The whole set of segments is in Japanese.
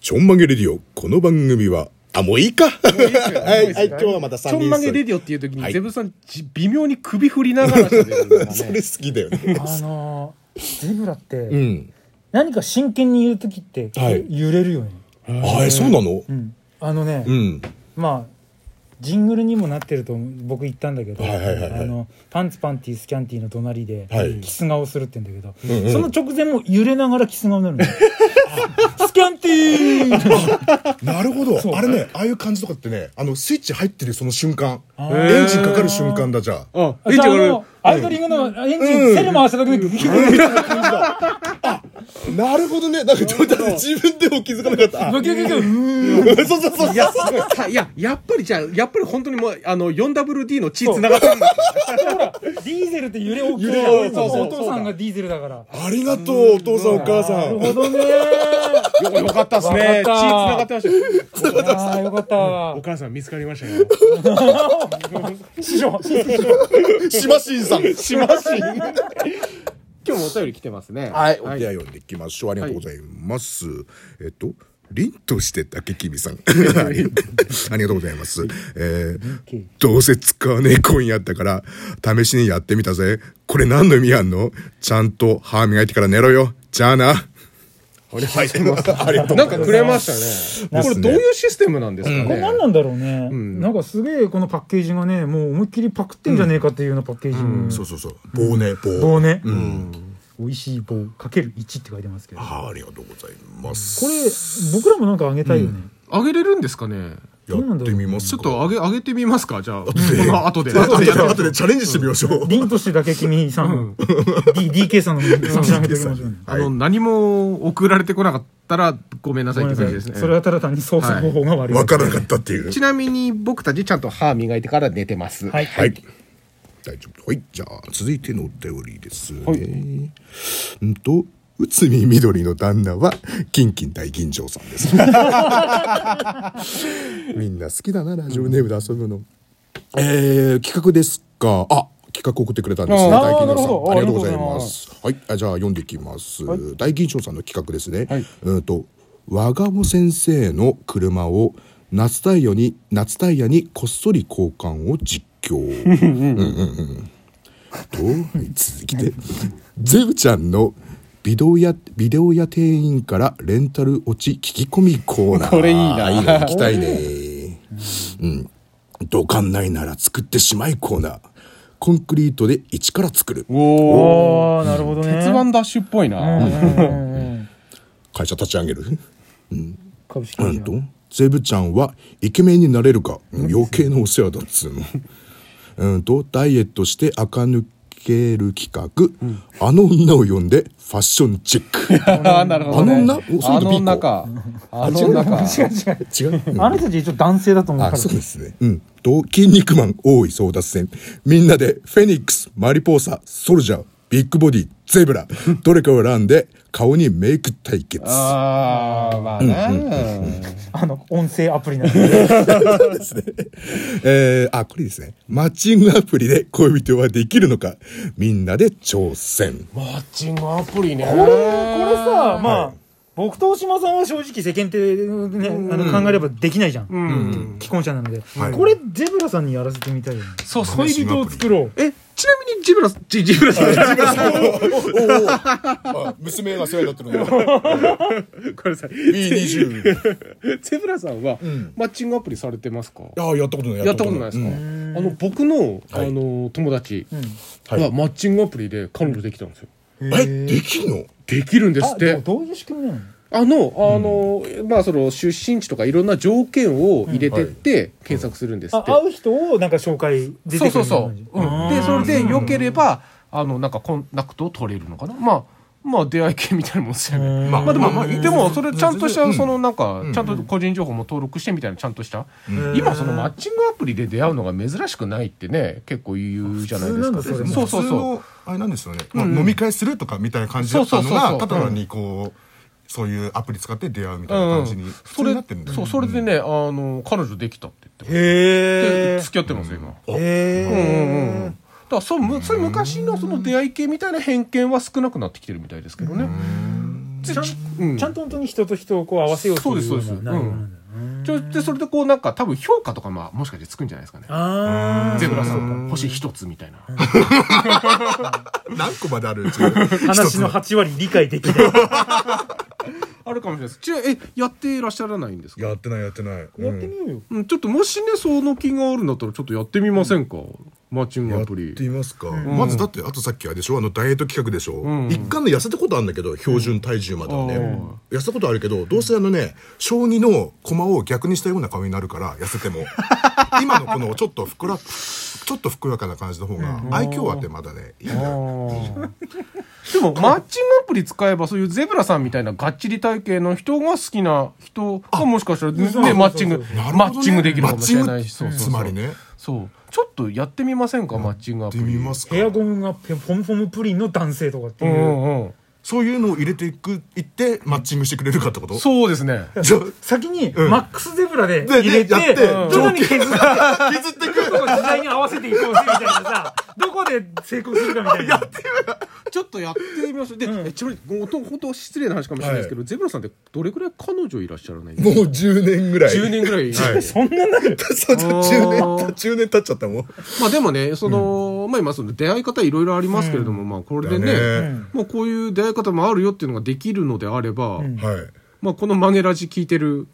ちょんまげレディオ、この番組は、あ、もういいかはい、はい、今日はまた3人ちょんまげレディオっていう時はに、いゼブさん、じ微妙に首振りながら喋るんだそねれ。好きだよね。あのーゼブラって、うん。何か真剣に言う時って、はい揺れるよね、あ、え、そうなのうん、あのね、うん。まあジングルにもなってると僕言ったんだけど、はいはいはいはいあのパンツパンティースキャンティーの隣で、はいキス顔するって言うんだけど、うんうんその直前も揺れながらキス顔になるのあスキャンティーなるほど。あれね、ああいう感じとかってね、あの、スイッチ入ってるその瞬間。エンジンかかる瞬間だ、じゃあ。 あ、あエンじジゃンあがあのアイドリングのエンジン、セル回した時に、なるほどね。なんか、ちょっと待って自分でも気づかなかった。ブキブキブキブキうんそうそうそう。いや、さいや、やっぱりじゃあ、やっぱり本当にもう、あの、4WD の血繋がってるんだ。ディーゼルって揺れ大きい揺れ大きいそうそそううお父さんがディーゼルだから ありがとう、お父さん、お母さなるん。 ほどねよよかったですね。血わか繋がっったてましたよ。ああよかったわお母さん見つかりましたよ。師匠しましんさん。しましん。今日もお便り来てますね。はい、お手合いを読んでいきましょう。ありがとうございます。えっと、凛としてだけ君さん。ありがとうございます。えー、どうせ使わねえコインやったから、試しにやってみたぜ。これ何の意味あんのちゃんと歯磨いてから寝ろよ。じゃあな。はい、ありがとうなござんかいまくす。れましたね。これどういうシステムなんですかね。これ何なんだろうね、なんかすげえこのパッケージがねもう思いっきりパクってんじゃねえかっていうようなパッケージ、そうそうそう。棒ね、棒。棒ね、美味しい棒かける1って書いてますけどこあありがとうございます。れ僕らもなんかあげたいよね、あげれるんですかね。やってみますちょっか。とあげ、あげてみますかじゃあ、こでの 後で。後で、やる後でチャレンジしてみましょう。凛としてだけ君さん、D、DK さんの差し上げておきましょうねあの、何も送られてこなかったらごめんなさいごっめんてなさ感いじですね。それはただ単に操作方法が悪い、わからなかったっていう。ちなみに僕たちちゃんと歯磨いてから寝てます。はい、はい。大丈夫。はい。じゃあ、続いてのお便りです、ね。うんと、内海みどりの旦那は、キンキン大吟醸さんです。 みんな好きだな、ラジオネームで遊ぶの。えー、企画ですか。あ企画送ってくれたんですね。あー大吟醸さなるほん。どあありりががとうごとうござざいいま。ますはい。あじゃあ、読んでいきます。大吟醸さんの企画ですね。うんと、我がも先生の車を夏タイヤに、夏タイヤにこっそり交換を実況。と、続きで、ゼブちゃんのビデオ屋、ビデオ屋店員からレンタル落ち聞き込みコーナー。これいいなね行きたいね。うん。土管ないなら作ってしまいコーナー。コンクリートで一から作る。おお。おーなるほどね鉄腕ダッシュっぽいな。うんうんうん会社立ち上げる。株式う会ん社と、ゼブちゃんはイケメンになれるか。うん余計なお世話だっつうの。うんと、ダイエットして垢抜ける企画。あの女を呼んでファッションチェック。 あ、 なるあの女おそあうだの女か。あの女か。違う 違う違う、うんあの人たち一応男性だと思うかあ、らそうですね。うん。と、筋肉マン多い争奪戦。みんなで、フェニックス、マリポーサ、ソルジャー、ビッグボディ、ゼ ブラ、どれかを選んで、顔にメイク対決。ああ、まあね。あの音声アプリなんでそうですね。えー、あ、これですね。マッチングアプリで恋人はできるのか、みんなで挑戦。マッチングアプリね。これこれさまあ、僕と大島さんは正直世間体ね、あの考えればできないじゃん、既婚者なので、いこれゼブラさんにやらせてみたいよねそうそう恋人を作ろうえ、ちなみにジブラ、ジジブラさん。 娘が世話になってるの。これさ、 B20。ゼブラさんはマッチングアプリされてますかああ、やったことない。やったことないですか、あの僕のあいの友達はいはマッチングアプリで彼女できたんですよ。うんえ、できんのできるんですあっでもて。どういう仕組みなのあの、あの、まあその出身地とかいろんな条件を入れてって検索するんですあって。会う人をなんか紹介出てくそうるそうそう。みたいなうん感じで、それあで良ければ、あの、なんかコンタクトを取れるのかな。まあ、まあ出会い系みたいなもんですよね。ーまあでも、まあ、でもそれちゃんとしうた、んそのなんか、ちゃんと個人情報も登録してみたいな、ちゃんとした。うん今そのマッチングアプリで出会うのが珍しくないってね、結構言うじゃないですか。普通なんだそれもそうそう普通そう。のあれなんですよね、まあ飲み会するとかみたいな感じだったのそうそうそがうそうただ単にこうそういうアプリ使って出会うみたいな感じに普通そにれなってるんだよそうねそれでね、あの彼女できたって言ってへでえ付き合ってますよ今、へだえからそうむそれ昔のその出会い系みたいな偏見は少なくなってきてるみたいですけどねちゃんうんちゃんと本当に人と人をこう合わせようというよそううですそうですな内容なんだちょでそれでこうなんか多分評価とかまあもしかしてつくんじゃないですかねああゼブラさん星一つみたいな何個まであるうち一つ話の8割理解できないあるかもしれないですちなえやっていらっしゃらないんですかやってないやってない。やってみようようんちょっともしねその気があるんだったらちょっとやってみませんかマッチングやアっプリてみますか、まずだってあとさっきあれでしょあのダイエット企画でしょ、ん一貫で痩せたことあるんだけど標準体重まではね、うん痩せたことあるけどどうせあのね将棋の駒を逆にしたような顔になるから痩せて も今のこのちょっとふくらちょっとふくらかな感じの方が愛嬌あってまだねいいんだよでもマッチングアプリ使えばそういうゼブラさんみたいながっちり体型の人が好きな人がもしかしたらねマッチングなるほどねマッチングできるかもしれないしそマうッチングそうそうつまりねやっそうちょっとやってみませんかマッチングアプてリみますかヘアゴムがポンポムプリンの男性とかってういうんうんそういうのを入れていくいってマッチングしてくれるかってことそうですねじゃあ先にマックスゼブラで入れてでねやって徐々に削って 削っていくどこ時代に合わせていこうぜみたいなさどこで成功するかみたいなちょっとやってみましょうで、えちなみにほんとほんと失礼な話かもしれないですけど、ゼブラさんってどれくらい彼女いらっしゃらないんですかもう10年ぐらい10年ぐらい、そんななる そう10あ年ー10年経っちゃったもんまあでもねその、まあ今その出会い方いろいろありますけれども、まあこれでね、だねまあ、こういう出会い方もあるよっていうのができるのであれば、はいまあ、この曲げラジ聞いてる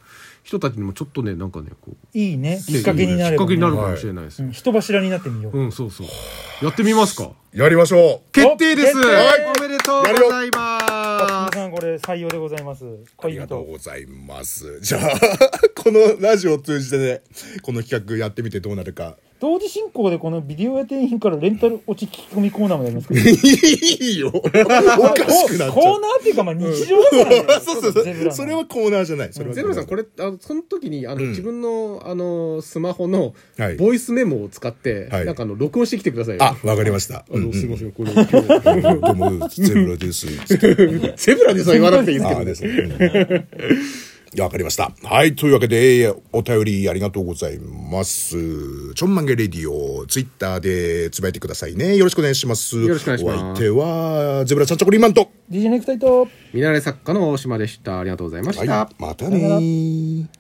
人たちにもちょっとねなんかねこういいねねきっかけになればきっかけになるねかもしれないです、うん人柱になってみよううんそうそうやってみますかやりましょう決定です決定はいおめでとうございま皆さんこれ採用でございますあり恋がとう人ございます。じゃあ、 このラジオを通じてね、この企画やってみてどうなるか。 同時進行でこのビデオ屋店員からレンタル落ち聞き込みコーナーもやりますけどいい よ。おかしくなっちコゃーナーっていうかまあ日常だからねう。そうそうそゼブラう。のそれはコーナーじゃない。それはすゼロさんこれあのその時にあの、自分のあのスマホのはいボイスメモを使って、はいなんかあの録音してきてくださいよあ、わかりました。あうんのすいませ んこれ今日どうも、ゼブラです。ゼブラでさ言わなくていいですあけど、ーですね。うん わかりました。はい。というわけで、お便りありがとうございます。ちょんまげレディオ、ツイッターでつぶやいてくださいね。よろしくお願いします。よろしくお願いしますお相手は、ゼブラちゃんちゃこりマンと。 DJ ネクタイと見慣れ作家の大島でしたありがとうございました、はい。またねー。